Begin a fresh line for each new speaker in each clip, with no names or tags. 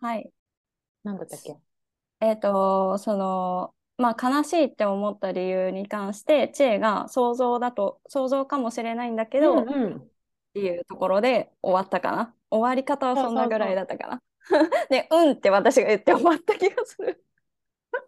はい。
なんだったっけ
えっと、その、まあ、悲しいって思った理由に関して、知恵が想像だと、想像かもしれないんだけ
う
ど、
ん
っ
うん。
ていうところで終わったかな。終わり方は
そう
そん
そ
な
う
ぐらい
そ
だったかな。 で、うんって私が言って終わった気がする。
う。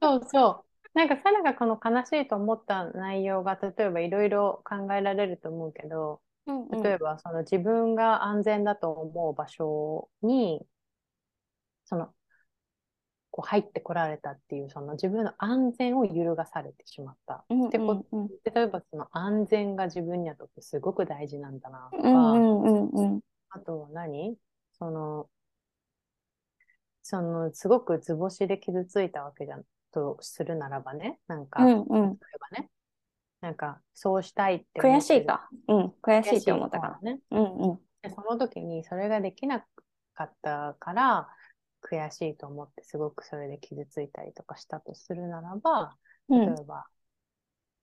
そうそう。なんか、サラがこの悲しいと思った内容が、例えばいろいろ考えられると思うけど、
うんう
例え
ん。
ば、その自分が安全だと思う場所に、その、こう入ってこられたっていう、その自分の安全を揺るがされてしまった。っ
うん
て
う
こ
んうん。
例えばその安全が自分にはとってすごく大事なんだなと
う
か、
んうんうんうん。
あとは何その、その、すごく図星で傷ついたわけだとするならばね、なん
う
か、
んう
例
ん。
えばね、なんか、そうしたいって
悔
思っ
してい
る。
か。うん。悔し
悔
いっ
してい
思った
方
か
のね。
な。うんうん。
で、その時にそれができなかったから、悔しいと思ってすごくそれで傷ついたりとかしたとするならば、
う
例
ん。
えば、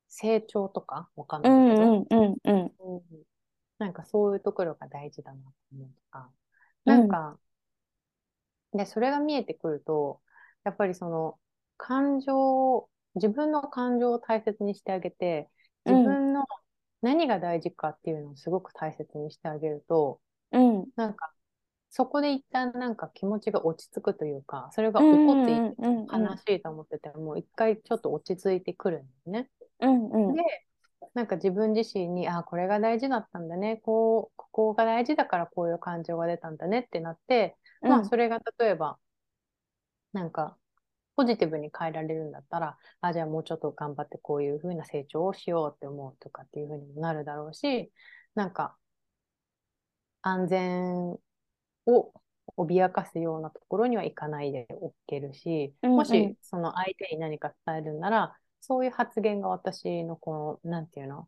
成長とか、わかん
う
ないけど、
んうんうんうん。
うんなんかそういうところが大事だなと思うとか、
う
なん
ん。
か、で、それが見えてくると、やっぱりその、感情を、自分の感情を大切にしてあげて、
う
自
ん
分の何が大事かっていうのをすごく大切にしてあげると、
うん
なんか、そこで一旦なんか気持ちが落ち着くというか、それ
う
が怒ってい
ん
て、
うんうんう
悲
ん
しいと思ってても、一回ちょっと落ち着いてくるんですね。
うんう
で、
ん
なんか自分自身に、あ、これが大事だったんだね、こう、ここが大事だからこういう感情が出たんだねってなって、
う
まあ
ん
それが例えば、なんか、ポジティブに変えられるんだったら、あ、じゃあもうちょっと頑張ってこういうふうな成長をしようって思うとかっていうふうにもなるだろうし、なんか安全を脅かすようなところには行かないでおけるし、
うん
も
うん。
しその相手に何か伝えるんなら、そういう発言が私のこの、なんていうの、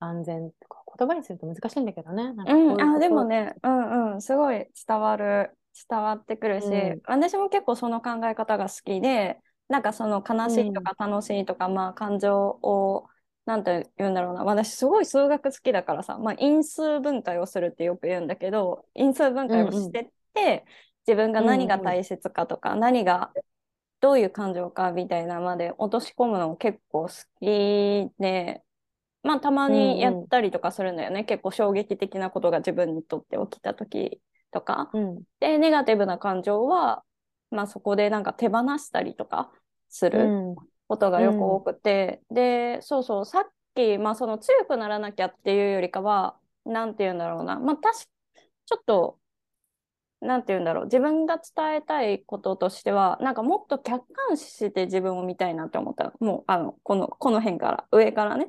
安全とか、言葉にすると難しいんだけどね、なんか
う
そ
ん、
ういう
あ、
と
で
こ
も
ろ
ね、うんうん、すごい伝わる、伝わってくるし、
うん、
私も結構その考え方が好きで、なんかその悲
う
しいと
ん、
か楽しいとか、まあ感情を、なんて言うんだろうな、私すごい数学好きだからさ、まあ因数分解をするってよく言うんだけど、因数分
う
解を
ん、
し
うん、
てって、自分が
う
何
ん、
が
うん、
大切かとか、何がどういう感情かみたいなまで落とし込むの結構好きで、まあたま
う
にやっ
ん、うん、
たりとかするんだよね。結構衝撃的なことが自分にとって起きた時とか。
うん、
で、ネガティブな感情は、まあそこでなんか手放したりとかす
う
る
ん、
ことが
う
よく
ん、
多くて。で、そうそう、さっき、まあその強くならなきゃっていうよりかは、なんて言うんだろうな。まあ確か、ちょっと、なんて言うんだろう。自分が伝えたいこととしては、なんかもっと客観視して自分を見たいなって思ったの。もう、あの、この、この辺から、上からね。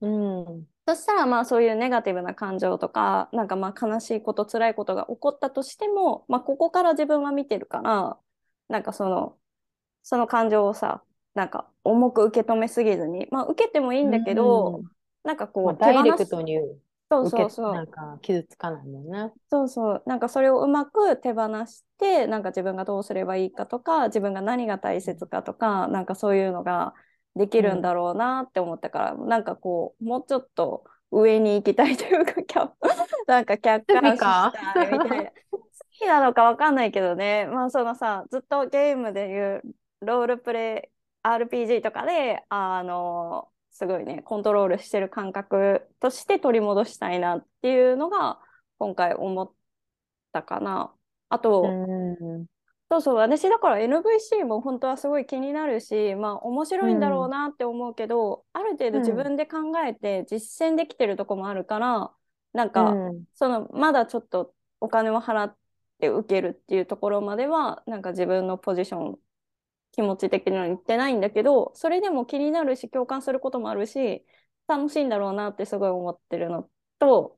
うん、うん
そしたらまあそういうネガティブな感情とか、なんかまあ悲しいこと、辛いことが起こったとしても、まあここから自分は見てるから、なんかその、その感情をさ、なんか重く受け止めすぎずに、まあ受けてもいいんだけ
う
ど、
ん
なんか
まあ、
こう手
ダイ
放
レク
す。
トに
そう
受
そう
け、な
そ
ん
う。
か傷つかないもんね。
そうそう。なんかそれをうまく手放して、なんか自分がどうすればいいかとか、自分が何が大切かとか、なんかそういうのができ
う
るん
ん、
だろうなって思ったから、なんかこう、もうちょっと上に行きたいというか、客 なんか客
趣味
観視し
か
たいみたいな。好きなのかわかんないけどね、まあそのさ、ずっとゲームでいうロールプレイ、RPG とかで、あの、すごいね、コントロールしてる感覚として取り戻したいなっていうのが、今回思ったかな。あ
う
と、
ん、
そうそう、私だから NVC も本当はすごい気になるし、まあ面
う、
白いんだろうんなって思うけど、ある程度
う
自
ん、
分で考えて実践できてるとこもあるから、なん
う
か、
ん。
その、まだちょっとお金を払って受けるっていうところまでは、なんか自分のポジション、気持ち的なのに行ってないんだけど、それでも気になるし、共感することもあるし、楽しいんだろうなってすごい思ってるのと、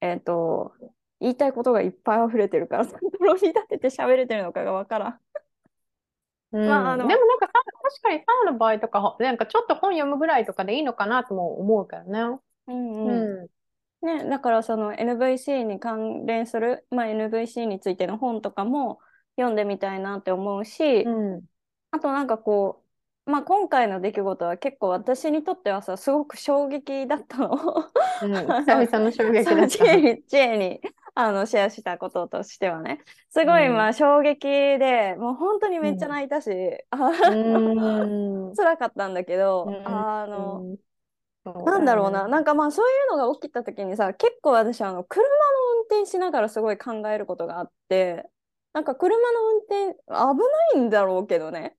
えっと、言いたいことがいっぱい溢れてるから、それを見立てて喋れてるのかがわからん。
う
まあ、あ
ん、で
の、
もなんかさ、確かにサウの場合とか、ほなんかちょっと本読むぐらいとかでいいのかなとも思うからね。
うんうん。
うん。
ね、だからその NVC に関連する、まあ、NVC についての本とかも読んでみたいなって思う
う
し、
ん。
あとなんかこう、まあ、今回の出来事は結構私にとってはさ、すごく衝撃だったの。
うん。
あ
久
の、
々の衝撃
そ
だ
う、
っ
知
た。
恵に、知恵に。あの、シェアしたこととしてはね。すごい、
うん
まあ、衝撃で、もう本当にめっちゃ泣いたし、あ
うん。
辛かったんだけど、
うん
あの、
そう
なんだろうな、なんかまあ、そういうのが起きた時にさ、結構私、あの、車の運転しながらすごい考えることがあって、なんか車の運転、危ないんだろうけどね。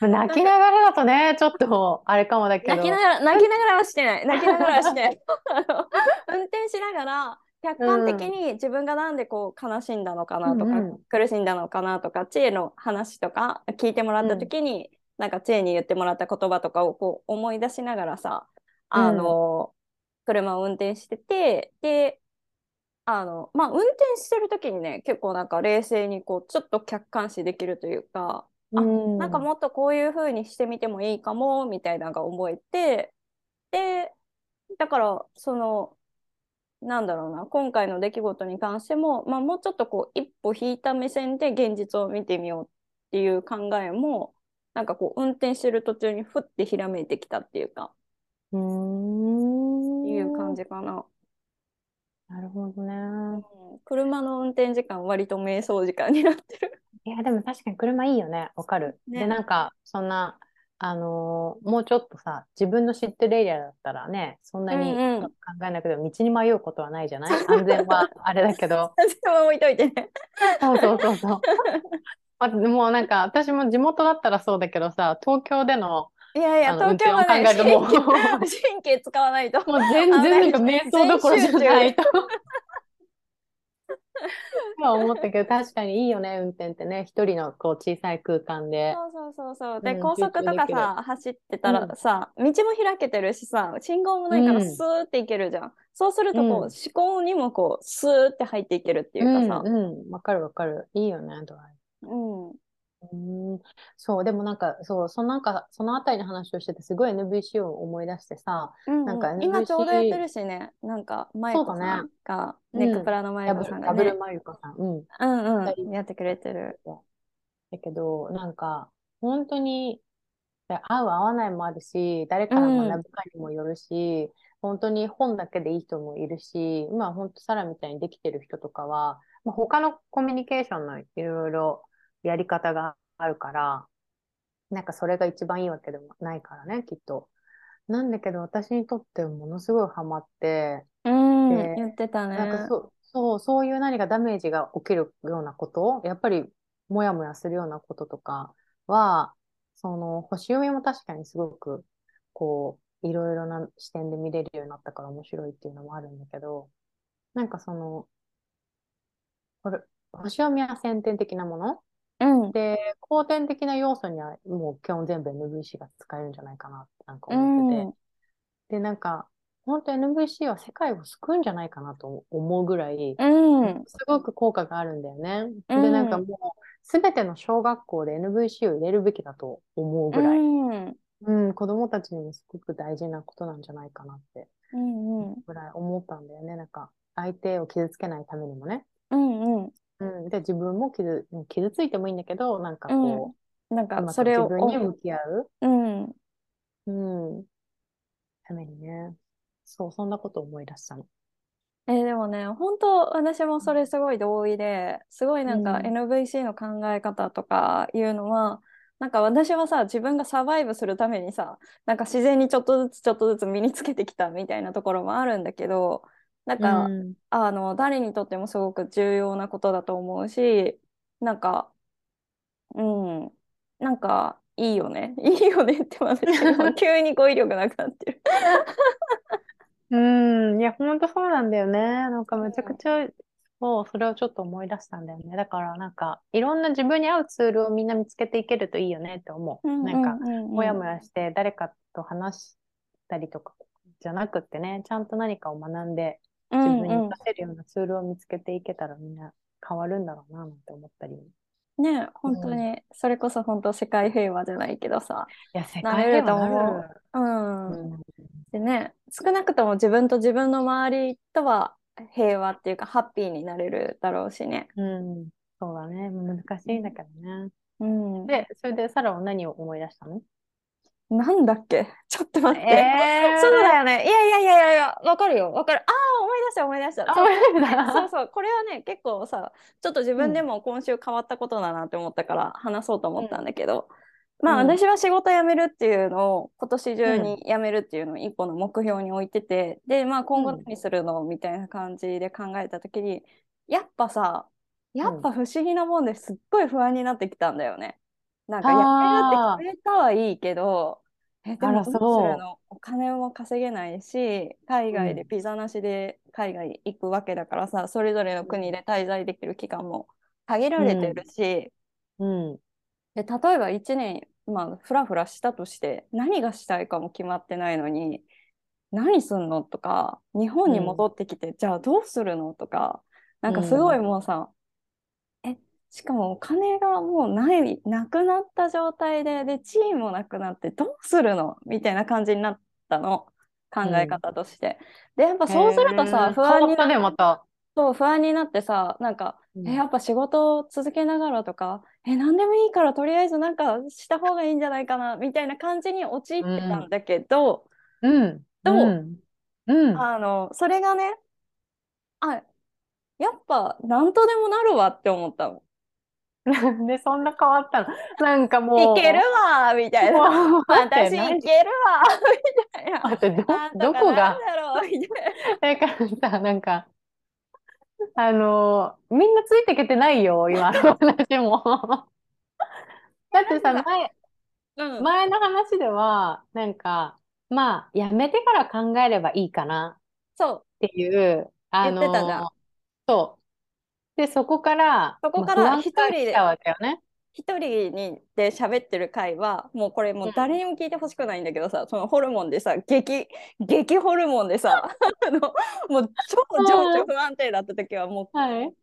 泣きながらだとね、ちょっと、あれかもだけど。
泣きながら、泣きながらはして ない。泣きながらはしてない。あの運転しながら、客観的に自分がなんでこう悲しんだのかなとか、
うんうん
苦しんだのかなとか、知恵の話とか聞いてもらった時に、なんか知恵に言ってもらった言葉とかをこう思い出しながらさ、あの、車を運転してて、で、あの、まあ、運転してる時にね、結構なんか冷静にこう、ちょっと客観視できるというか、あ
うん
なんかもっとこういう風にしてみてもいいかもみたいなのが覚えてでだからそのなんだろうな今回の出来事に関しても、まあ、もうちょっとこう一歩引いた目線で現実を見てみようっていう考えもなんかこう運転してる途中にふってひらめいてきたっていうか
うーん。
いう感。じかな、
なるほどね。
うん車の運転時間割と瞑想時間になって る。
いや、でも確かに車いいよね。わかる。
ね
で、なんか、そんな、あのーもうちょっとさ、自分の知ってるエリアだったらね、そんなに
うんうん
考えなくても道に迷うことはないじゃない安全はあれだけ ど。
そのまま置いといてね。
そうそうそうそう。 あもうなんか、私も地元だったらそうだけどさ、東京での、
いやいや
あの
東京はね
運転を考えるともう
神経神経使わないと。
もう全然なんか瞑想どころじゃないと。 は思ったけど、確かにいいよね、運転ってね。一人のこう小さい空間で。
そうそうそうそう。で、
うん
高速とか
集中できる
さ、走ってたらさ、道も開けてるしさ、信号もないから
うん
スーっていけるじゃん。そうするとこう、
うん
思考にもこう、スーって入っていけるっていうかさ
う。んうん、わかるわかる。いいよね、ドライ
うん。うん。
ブ。うん、そう、でもなんか、そう、そのなんか、そのあたりの話をしてて、すごい NVC を思い出してさ、
うん
なんか
今
NVC
ちょうどやってるしね、なんか、マイコさんが、
そうだ
ネ
ね
ックプラのマイ
ダ
コ
ブ
さん
ル、
が
ダブ
ね
ル、マユカさん。うん。
うん
ダ
う
ブ
ん、やってくれてる。
だけど、なんか、本当に、合う合わないもあるし、誰から学ぶかにもよるし、本当に本だけでいい人もいるし、今本当サラみたいにできてる人とかは、まあ、他のコミュニケーションのいろいろやり方があるから、なんかそれが一番いいわけでもないからね、きっと。なんだけど私にとってものすごいハマって、
うん、
で
言ってた
なんか
ね。
そう、そう、そういう何かダメージが起きるようなことやっぱりもやもやするようなこととかは、その星読みも確かにすごく、こう、いろいろな視点で見れるようになったから面白いっていうのもあるんだけど、なんかその、これ、星読みは先天的なもの
うん、
で、後天的な要素にはもう基本全部 NVC が使えるんじゃないかなってなんか
う
思ってて、
ん、
で、なんか、本当 NVC は世界を救うんじゃないかなと思うぐらい、
うん、
すごく効果があるんだよね。
う
で、
ん
なんかもう、すべての小学校で NVC を入れるべきだと思うぐらい、
うん、
うん、子供たちにもすごく大事なことなんじゃないかなって
うん、うん、
ぐらい思ったんだよね。なんか、相手を傷つけないためにもね。
うん、
うん、で、自分も傷、傷ついてもいいんだけど、なんかこ
うん。なん
う、う
か、
ま
そ
く
れ
自
を、
分に向き合う。
うん。
うん。ためにね。そう、そんなことを思い出したの。
えーでもね、本当私もそれすごい同意で、すごいなんか
うん
NVC の考え方とかいうのは、なんか私はさ、自分がサバイブするためにさ、なんか自然にちょっとずつちょっとずつ身につけてきたみたいなところもあるんだけど、なんか、
うん
あの、誰にとってもすごく重要なことだと思うし、なんか、うん、なんか、いいよね。 いいよねって私、急に語彙力なくなってる。
うん、いや、ほんとそうなんだよね。なんかめちゃくちゃ、そう、それをちょっと思い出したんだよね。だから、なんか、いろんな自分に合うツールをみんな見つけていけるといいよねって思う。なんか、もやもやして、誰かと話したりとかじゃなくってね、ちゃんと何かを学んで、
うん
自
うん、
分に
うんうん
活かせるようなツールを見つけていけたらみんな変わるんだろうな、なんて思ったり。い
ねえ、本当
うん
に、それこそ本当世界平和じゃないけどさ、
や、世
な
界
れる
平和
と思
なる。
うん。
うん
でね、少なくとも自分と自分の周りとは平和っていうか、ハッピーになれるだろうしね。
うん、そうだね。難しいんだけどね。
うん。
で、それでサラは何を思い出したの
なんだっけちょっと待って。
えー
そうだよね。いやいやいやいやいや、わかるよ。わかる。ああ、思いした思い出した。
あ、
そう
思い出した
そうそう、これはね、結構さ、ちょっと自分でも今週変わったことだなって思ったから話そうと思ったんだけど、まあ
うん
私は仕事辞めるっていうのを今年中に辞めるっていうのを一個の目標に置いてて、で、まあ今後
うん
何するのみたいな感じで考えた時に、やっぱさ、やっぱ不思議なもんですっごい不安になってきたんだよね。なんか
あ
や
ー
めるって決めたはいいけど、え、で
あ
も
ら
どうする
そう
のお金も稼げないし、海外で
うん
ビザなしで海外行くわけだからさ、それぞれの国で滞在できる期間も限られてるし、
うん。
で、例えば1年、まあ、ふらふらしたとして、何がしたいかも決まってないのに、何すんのとか、日本に戻ってきて、じゃあどうするのとか、なんかすごいもうさ、え、しかもお金がもうない、なくなった状態で、で、地位もなくなって、どうするのみたいな感じになったの、考え方として。で、やっぱそうすると
へ
さ
ー、
不安
変わ
に
ったね、また。
そう、不安になってさ、なんか、
うん
え、やっぱ仕事を続けながらとか、え、何でもいいから、とりあえずなんかした方がいいんじゃないかな、みたいな感じに陥ってたんだけど、
うん。
どう
うん。うん。
あの、それがね、あ、やっぱ、なんとでもなるわって思ったの。
なんでそんな変わったのなんかもう。
いけるわみたいな。
もう待っ
私、い
て
けるわ
何
みたいな。
待って、ど、
なんと
ど
か
こ
な
が
んだろうみたいな。
だからさ、なんか、あのーみんなついてけてないよ、今の話も。だってさ、
なんか
前、
うん
前の話では、なんか、まあ、やめてから考えればいいかな
そう、
っていう、あ
言ってたじゃん
のーそう。で、そこから、
そこ
ま
か
あ
ら
不安
一
が
人で
来たわけよね。
一人にで喋ってる回はもうこれもう誰にも聞いてほしくないんだけどさ、そのホルモンでさ激激ホルモンでさ あのもう超情緒不安定だった時はもう
はい。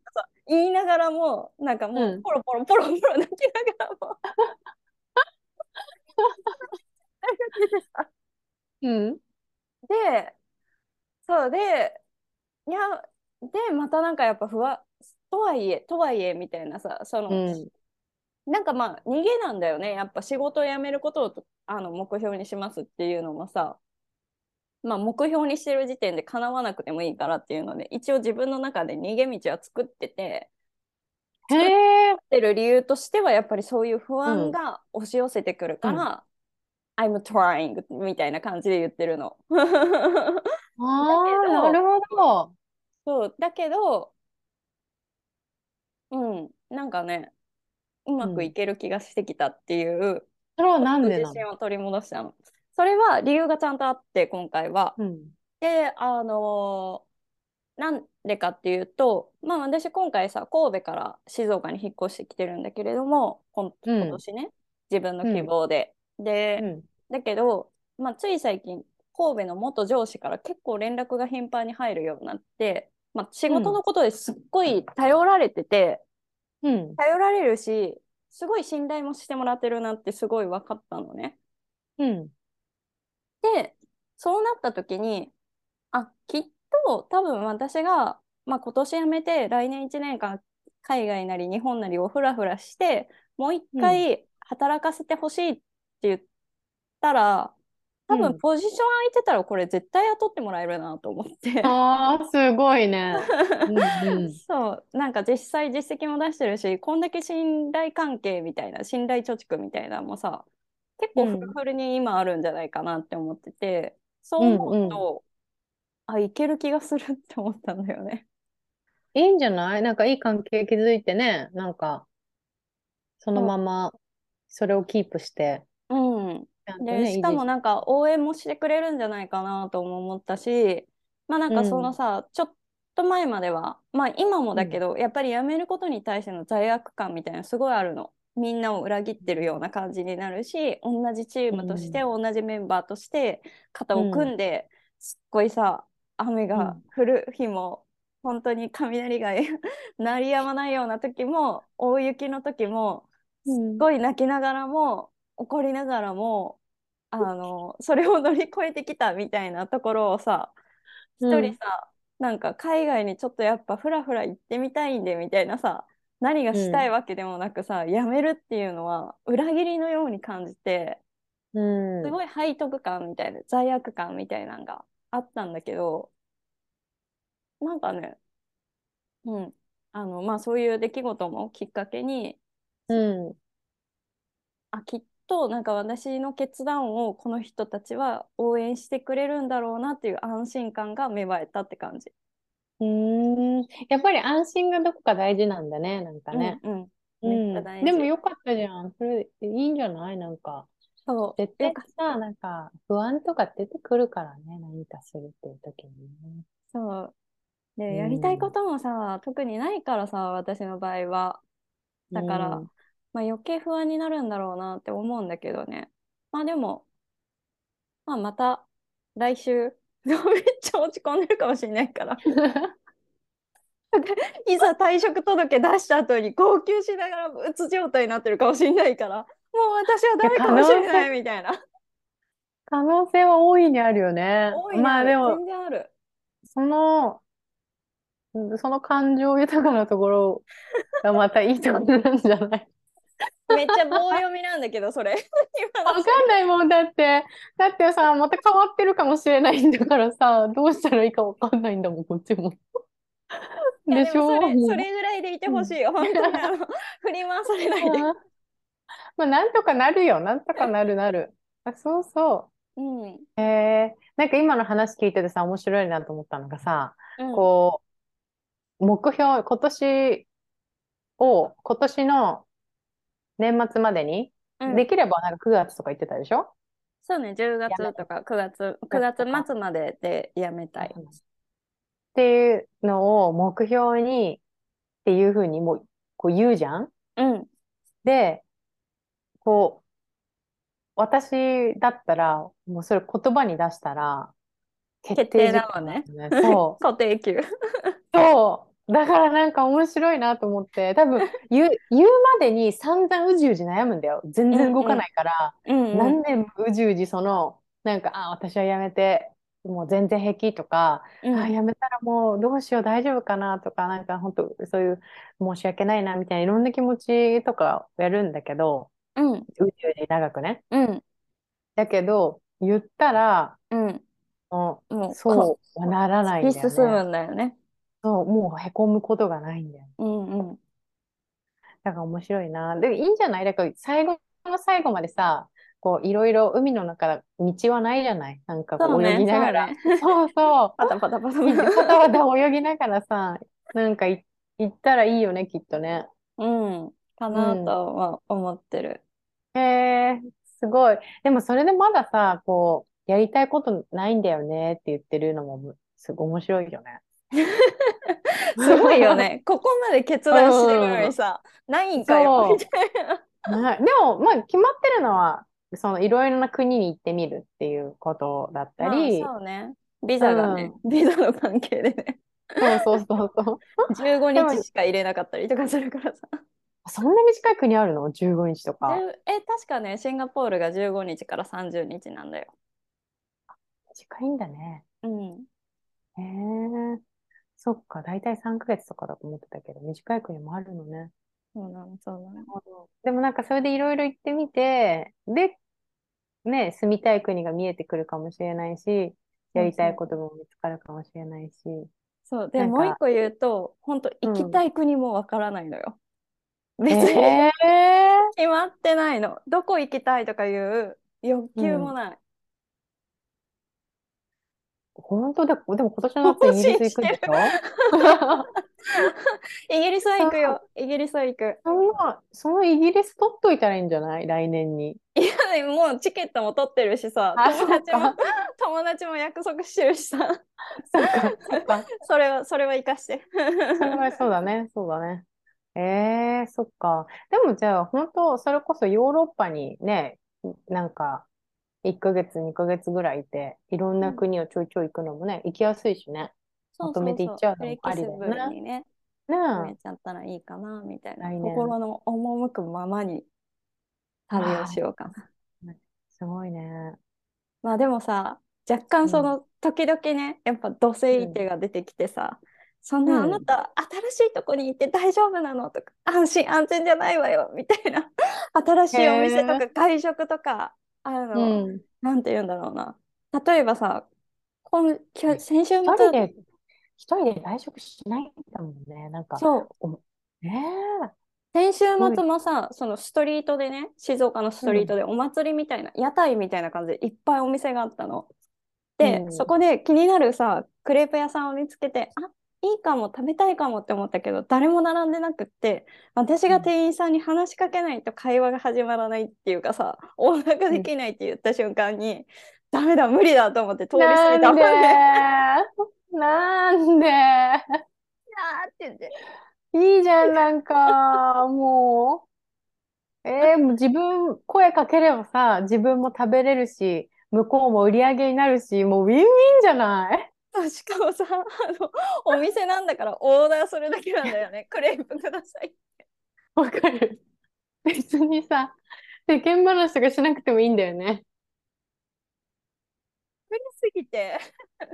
言いながらもなんかも
う
うんポロポロポロポロ泣きながら も
うん。
でそうでいやでまたなんかやっぱ不安とはいえとはいえみたいなさその、
うん。
なんかまあ逃げなんだよねやっぱ仕事を辞めることをあの目標にしますっていうのもさまあ目標にしてる時点で叶わなくてもいいからっていうので一応自分の中で逃げ道は作ってて
へえ。
作ってる理由としてはやっぱりそういう不
う
安
ん
が押し寄せてくるから、I'm trying みたいな感じで言ってるの。
あ
だけ
あ、
ど
なるほど。
そうだけどうんなんかねうまくいける気がしてきたっていう。
それはなんで
自
な
信を取り戻したの。それは理由がちゃんとあって今回は。
のうん。
であのーなんでかっていうとまあ私今回さ神戸から静岡に引っ越してきてるんだけれどもこん
うん
今年ね、自分の希望で。
う
で
ん。
だけど、まあ、つい最近神戸の元上司から結構連絡が頻繁に入るようになって、まあ、仕事のことですっごい頼られてて。
うん。
頼られるしすごい信頼もしてもらってるなってすごい分かったのね。
うん。
でそうなった時にあきっと多分私が、まあ、今年辞めて来年1年間海外なり日本なりをふらふらしてもう一回働かせてほしいって言ったら、多
う
分
ん
ポジション空いてたらこれ絶対雇ってもらえるなと思って。
ああ、すごい ね。うんうん。
そうなんか実際実績も出してるしこんだけ信頼関係みたいな信頼貯蓄みたいなのもさ結構
うん
フルフルに今あるんじゃないかなって思ってて、そう思うと、あいける気がするって思ったんだよね。
いいんじゃないなんかいい関係築いてね、なんか、そのまま、それをキープして、
うん、
ちゃんと
で
ね、
しかも
維持
なんか応援もしてくれるんじゃないかなとも思ったしまあなんかそのさ、ちょっと前まではまあ今もだけど、やっぱり辞めることに対しての罪悪感みたいなのすごいあるのみんなを裏切ってるような感じになるし同じチームとして、同じメンバーとして肩を組んで、すっごいさ雨が降る日も、本当に雷が鳴り止まないような時も大雪の時もすっごい泣きながらも怒りながらもあのそれを乗り越えてきたみたいなところをさ一
うん
人さ、なんか海外にちょっとやっぱフラフラ行ってみたいんでみたいなさ何がしたいわけでもなくさ、やめるっていうのは裏切りのように感じて
うん。
すごい背徳感みたいな罪悪感みたいなのがあったんだけどなんかね、うん、あの、まあそういう出来事もきっかけに、
うん。
あ、きっとなんか私の決断をこの人たちは応援してくれるんだろうなっていう安心感が芽生えたって感じ。
うーん。やっぱり安心がどこか大事なんだね、なんか
うん
ね。
うん。めっちゃ
うん。
大
でも
事。
よかったじゃん。それ、いいんじゃないなんか。
そ
絶
う、よ
対
かっ
さ、
た。
なんか、不安とか出てくるからね、何かするっていう時にね。
そう。
う
で、やりたいこ
ん。
ともさ、特にないからさ、私の場合は。
う
だから、
ん。
まあ余計不安になるんだろうなって思うんだけどね。まあでも、まあまた来週、 めっちゃ落ち込んでるかもしれないから。いざ退職届出した後に号泣しながらうつ状態になってるかもしれないから、もう私は
い
ダ
や、
メ
可
かもし
能
れ
性、
ないみたいな。
可能性は大いにあるよね。
大いにあ
まあで
る。
も、
全然ある。
その、その感情豊かなところがまたいいところなんじゃない
めっちゃ棒読みなんだけど、それ。今の
わ
そ
か
れ。
んないもんだって。だってさ、また変わってるかもしれないんだからさ、どうしたらいいかわかんないんだもん、こっちも。
いや、
で
で
し
もそ
ょ
れ、そ
も
れぐらいでいて
う。う
ほし
ん。
いよ。本当にあの、振り回されないで。
まあ、なんとかなるよ。なんとかなるなる。あ、そうそう
う
う。えー、なんか今の話聞いててさ、面白いなと思ったのがさ、
うん、
こう、目標、今年を、今年の年末までに、
う
で
ん。
きればなんか9月とか言ってたでしょ
そうね、10
やめ
月
る。
とか9月、
9
9
月と
月
か。
末まででやめた
わ
い。
かりましたっていうのを目標にっていうふうにもう、こう言うじゃん
うん、
で、こう、私だったら、もうそれ言葉に出したら、決
決
定
定
事
だ
項
もん
なん
ね。
だよね。そう。
固定給。
そう。だからなんか面白いなと思って、多分言う、言うまでに散々うじうじ悩むんだよ。全
うん
然動
う
か
ん、
ないから、
うんうん、
何年もうじうじその、なんか、あ、私はやめて、もう全然平気とか、
う
あ、
ん、
やめたらもうどうしよう、大丈夫かなとか、なんか本当そういう申し訳ないなみたいな、いろんな気持ちとかやるんだけど、
うん、
うじうじ長くね。
うん、
だけど、言ったら、
うん。
もう
もう、こ、
そうはならない
突
ん
き
だよ
進む
ね。
んだよね。
そう、もうへこむことがないんだよ。
うんうん。
だから面白いな。で、いいんじゃないだから最後の最後までさ、こういろいろ海の中、道はないじゃないなんか
そ
こ
う
う泳
ね、
ぎな
そう
が
ね。
ら。 そう そ
パタパタパタ
う。い
パ
い パタ
タ。
パタ泳ぎながらさ、なんかい行ったらいいよね、きっとね。
うん、か
う
なと
ん。
は思ってる。
へえ、すごい。でもそれでまださ、こう、やりたいことないんだよねって言ってるのもむ、すごい面白いよね。
すごいよ ね。ここまで決断してるの
う
にさ、ないん
ん。
かよ、み
そ
たいな。
う。 ね、でも、まあ、決まってるのは、そのいろいろな国に行ってみるっていうことだった
まあ、
り、
そうね。ビ
う
ザがね、
ん。
ビザの関係で ね、
そうそうそうそう。
15
で
日
も、
しか入れなかったりとかするからさ。
そんな短い国あるの ?15 日とか。
10え、確かね、シンガポールが15日から30日なんだよ。
短いんだね。
うん。
へえ。そっか、だいたい3ヶ月とかだと思ってたけど、短い国もあるのね。
そうなの、そうな
なる
の。
ほど。でもなんかそれでいろいろ行ってみて、で、ね、住みたい国が見えてくるかもしれないし、や
そう
りたい
そ
こと
う。
も見つかるかもしれないし、
そう。で、
なん
もう一
か、
個言うと、本当
う
行き
ん。
たい国もわからないのよ。別に
ええ
決まってないの。どこ行きたいとかいう欲
う
求も
ん。
ない。
本当だ、でも今年の
更
夏イギリ
新
ス行
し
く
て
んで
る
しょ
イギリスは行
さ
く
あ、
よ。イギリスは行く。
その、そのイギリス取っといたらいいんじゃない来年に。
いや、でももうチケットも取ってるしさ、
あ、
友
そっ
達も、
か。
友達も約束してるしさ、
そっか、そっか。
それは、それは活かして。
それはそうだね、そうだね。ええそっか。でもじゃあ、本当それこそヨーロッパにね、なんか、1ヶ月、2ヶ月ぐらいいて、いろん
う
なん国をちょいちょい行くのもね、行きやすいしね、ま
そう
と
そ
め
う
て行
そ
っ
う、
ちゃう
フ
の
レ
も
キ
あり
シ
だよ
ブル
ね。
にね、
ね
決め
え、
ちゃったらいいかな、みたいな。
来年。
心の赴くままに旅を
わ
しようか
あ、
な。
すごいね。
まあでもさ、若
う
干そ
ん、
の時々ね、やっぱ土
う
星移
ん、
転が出てきてさ、そん
う。
なあなんた新しいとこに行って大丈夫なのとか、安心安全じゃないわよみたいな、 新し
へ
いお店と
え、
か外食とか、あ
う
の、
ん。
なんて言うんだろうな。例えばさ、今、きょ
一
先週
人
末、
で、一一人で外食しないんだもんね。なんか、
そう。
おねえ、
先週
ごい
末もさ、そのストリートでね、静岡のストリートでお祭りみたいな、屋台みたいな感じでいっぱいお店があったの。で、
うん
そこで気になるさ、クレープ屋さんを見つけて、あ、いいかも、食べたいかもって思ったけど、誰も並んでなくって、私が店員さんに話しかけないと会話が始まらないっていうかさ、音楽できないって言った瞬間に、ダメだ、無理だと思って通り過ぎたも
なん
ん
で
ね。
なんで
あーって言って。
いいじゃん、なんか、もう。えーもう自分、声かければさ、自分も食べれるし、向こうも売り上げになるし、もうウィンウィンじゃない
そうしかもさ、あの、お店なんだからオーダーするだけなんだよね。クレープください。
わかる。別にさ、世間話とかしなくてもいいんだよね。
無理すぎて。
そっ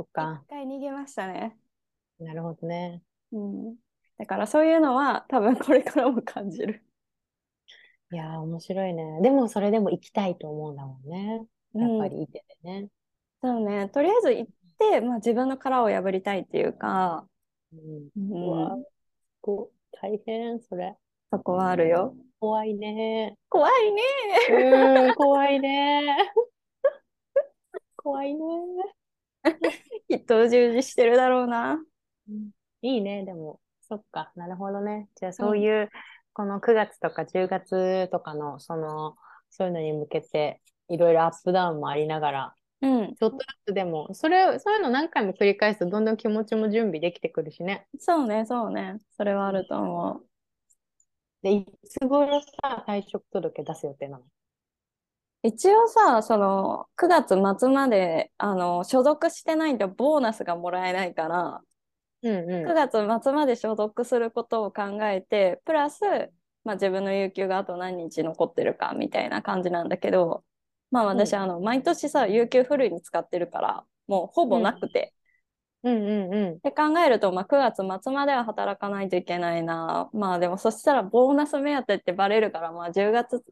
一
か。
回逃げましたね。
なるほどね。
うん。だからそういうのは多分これからも感じる。
いやー、面白いね。でも、それでも行きたいと思うんだもんね。やっぱりいててね。
そうね。とりあえず行って、まあ、自分の殻を破りたいっていうか、
うん。
う
うわ
ん、
こ大変、それ。
そこはあるよ。
怖いね。
怖いね。
うん、怖いね。 怖いね。
きっと従事してるだろうな。
うんいいね、でも、そっか、なるほどね。じゃあ、そういう、この9月とか10月とかの、その、そういうのに向けて、いろいろアップダウンもありながら、
うん。
ちょっとずつでも、それ、そういうの何回も繰り返すと、どんどん気持ちも準備できてくるしね。
そうね、そうね。それはあると思う。
で、いつ頃さ、退職届出す予定なの
一応さ、その9月末まであの所属してないとボーナスがもらえないから、
うんうん。
9月末まで所属することを考えて、プラス、まあ、自分の有給があと何日残ってるかみたいな感じなんだけど、まあ
うん
私、あの、毎年さ、有給フルに使ってるから、もうほぼなくて。
うんうんう
で、考えると、まあ9月末までは働かないといけないな。まあでもそしたらボーナス目当てってバレるから、まあ10月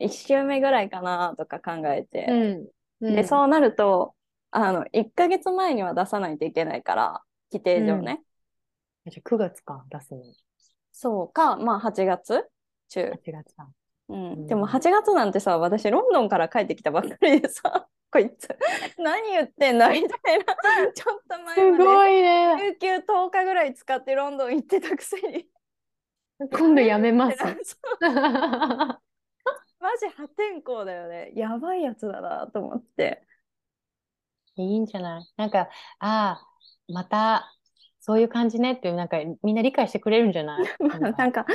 1週目ぐらいかなとか考えて。
ん。うん。
で、
う
そうなると、あの、1ヶ月前には出さないといけないから、規定上ね。
ん。じゃあ、9月か、出すの。
そうか、まあ8月中。
8月か。
うん、
ん
でも8月なんてさ、私ロンドンから帰ってきたばっかりでさ、 こいつ、何言ってんだみた いな、ちょっと
す
前まで、
ごいね。
有給10日ぐらい使ってロンドン行ってたくせに。。
今度やめます
マジ破天荒だよね。やばいやつだなと思って。
いいんじゃないなんか、ああ、また、そういう感じねって、なんか、みんな理解してくれるんじ ゃないなん
な
か
んか、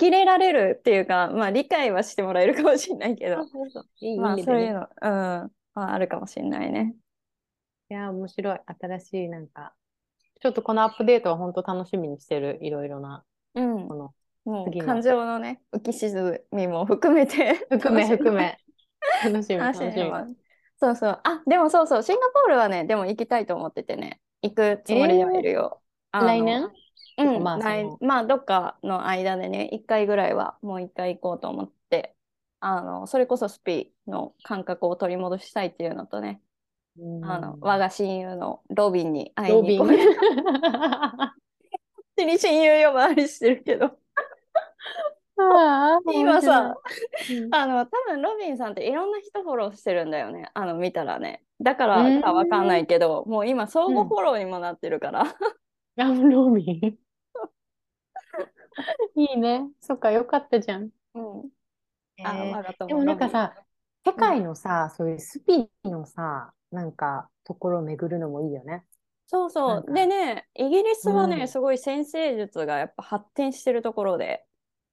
呆れられるっていうか、まあ理解はしてもらえるかもしれないけど、
いい、いい
まあ
意味
そ
で
う
ね
いうの、うん、まあ、あるかもしれないね。
いや、面白い。新しい、なんか、ちょっとこのアップデートは本当楽しみにしてる。いろいろな、
うん
こ。の、
もう
次の
感情のね、浮き沈みも含めて
含め、
楽しんで
含 め。楽しみ、楽
話
しみ。
してみます。そうそう。あ、でもそうそう。シンガポールはね、でも行きたいと思っててね、行くつもりではいるよ。あの
来年
うん、
まあ
来
その
まあ、どっかの間でね、1回ぐらいはもう1回行こうと思って、あの、それこそスピの感覚を取り戻したいっていうのとね、あの、我
が
が親友のロビンに会い
ロ
に
ビン。
行こう。 勝手に親友呼ばわりしてるけど、今さ、
うん
あの、多分ロビンさんっていろんな人フォローしてるんだよね。あの、見たらね。だから
うん
かわかんないけど、もう今、相互
うん
フォローにもなってるから。
ラムロビン いいね。そっか、よかったじゃん。
うん。
え
あ
ー
我が友
でもなんか
ロビン
さ、世界のさ、そういうスピのさ、なんか、ところを巡るのもいいよね。
そう
な
そ
ん
う。
か
でね、イギリスはね、
うん
すごい先生術がやっぱ発展してるところで、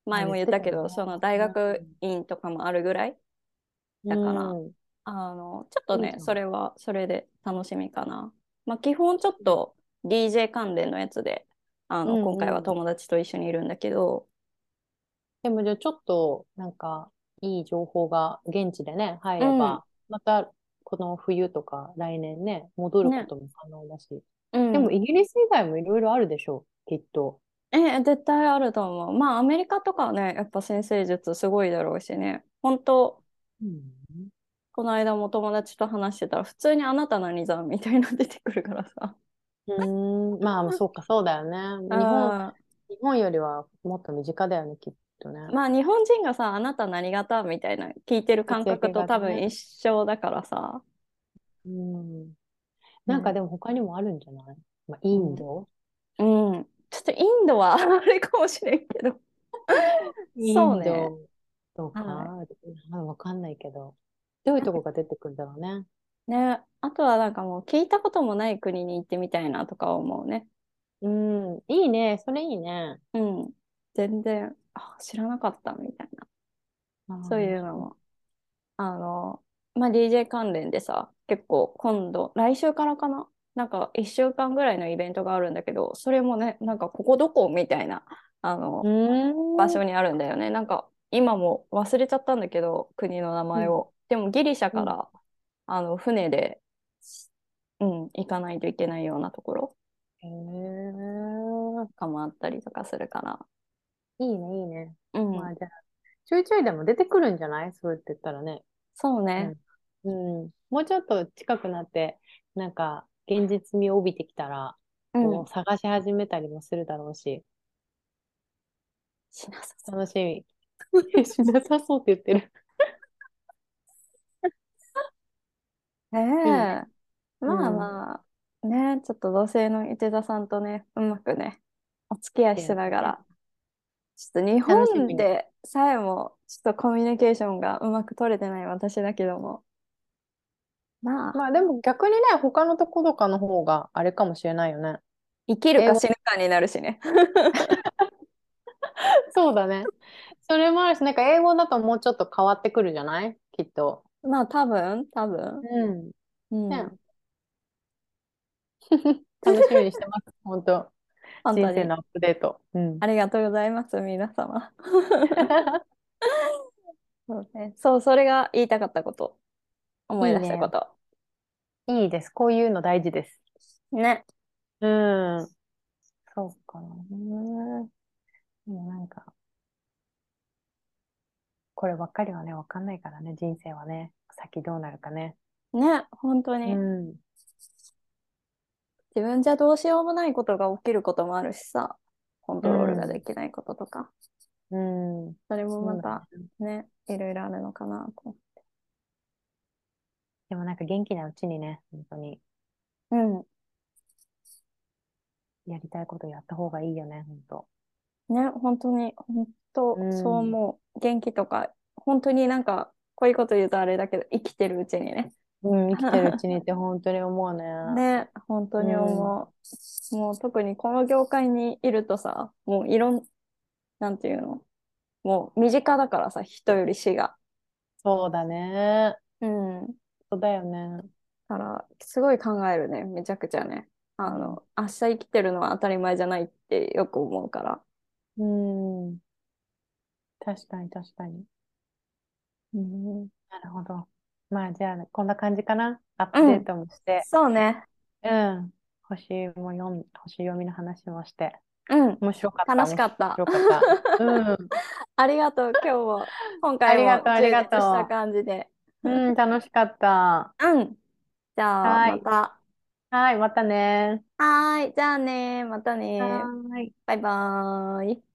前も言ったけど、
言ってた
そ
よね
の大学院とかもあるぐらい、だから
うん
あの、ちょっと
いい
ね
じゃ、ん
それはそれで楽しみかな。まあ、基本ちょっと DJ 関連のやつで、あの、
うんうん
今回は友達と一緒にいるんだけど、
でもじゃあちょっと、なんか、いい情報が現地でね、入れば、また、この冬とか来年ね、戻ることも可能だし。
うん
でもイギリス以外もいろいろあるでしょう、きっと。
ええ、絶対あると思う。まあ、アメリカとかはね、やっぱ先生術すごいだろうしね。本当、この間も友達と話してたら、普通にあなた何座みたいなの出てくるからさ。
うーん、まあ、そうか、そうだよ ね。日本、
あ
日本よりはもっと身近だよね、きっとね。
ーまあ日本人がさ、あなた何型みたいな聞いてる感覚と多分一緒だからさ。
うん。なんかでも他にもあるんじゃないまあ、インド
うん。ちょっとインドはあれかもしれんけど。
イ
そう
ン
ね
ドとか、
は
あわかんないけど、どういうとこが出てくるんだろうね。
ね。あとはなんかもう聞いたこともない国に行ってみたいなとか思うね。
うん、いいね、それいいね。
うん。全然、あ、知らなかったみたいな。そういうのも。あの、まあ、DJ 関連でさ、結構今度、来週からかななんか1週間ぐらいのイベントがあるんだけど、それもね、なんかここどこみたいな、あの、
うん。
場所にあるんだよね。なんか今も忘れちゃったんだけど、国の名前を。でもギリシャから、あの船で、うん、行かないといけないようなところ
へー
とかもあったりとかするから。
いいね、いいね。
うん、
まあじゃあ、ちょいちょいでも出てくるんじゃないそうやって言ったらね。
そうね。
うん。うんもうちょっと近くなって、なんか、現実味を帯びてきたら、
う
も
ん
う、探し始めたりもするだろうし、
しなさそう。
楽しみ。 しなさそうって言ってる。
ねえ
いいね
まあ
うん
まあ、ね、ちょっと同性の池田さんとね、うまくね、お付き合いしながら、ちょっと日
楽しみ
本
に
でさえも、ちょっとコミュニケーションがうまく取れてない私だけども、まあ、
まあでも逆にね、他のとことかの方があれかもしれないよね。
生きる
英
か
語
死ぬかになるしね。
そうだね。それもあるし、なんか英語だともうちょっと変わってくるじゃないきっと。
まあ、多分、多分。
うん。
うん、
ね楽しみにしてます。 本当。
本当
人生
に
の。アップデート。うん。
ありがとうございます、皆様。そうね。そう、それが言いたかったこと。思い出したこと。
いいです。こういうの大事です。
ね。
うん。そうかな。でもなんか、こればっかりはね、わかんないからね、人生はね、先どうなるかね。
ね、本当に。
ん。
自分じゃどうしようもないことが起きることもあるしさ、コントロールができないこととか、
うん。
それもま
そうだ
たね、いろいろあるのかなと。
でもなんか元気なうちにね、本当に
うん。
やりたいことやった方がいいよね、本当。
ね、本当に、本当
うん
そう思う。元気とか、本当になんか、こういうこと言うとあれだけど、生きてるうちにね。
うん、生きてるうち にって本当に思うね。
ね、本当に思う。もう特にこの業界にいるとさ、もういろん、なんていうの、もう身近だからさ、人より死が。
そうだね。
うん。
そうだよね。
だから、すごい考えるね、めちゃくちゃね。あの、明日生きてるのは当たり前じゃないってよく思うから。
うん。確かに、確かに。
うん、
なるほど。まあ、じゃあ、こんな感じかな。アップデートもして。
そうね。
うん。星も読み、星読みの話もして。
うん。
面白かった。
楽しかった。
面白かった。 うん。
ありがとう、今日も。今回も
ありがとうありがとう
充実した感じで。
うん、楽しかった。
うん。じゃあ、
はい
また。
はい、またね。
はーい。じゃあね。またね。
はーい。
バイバーイ。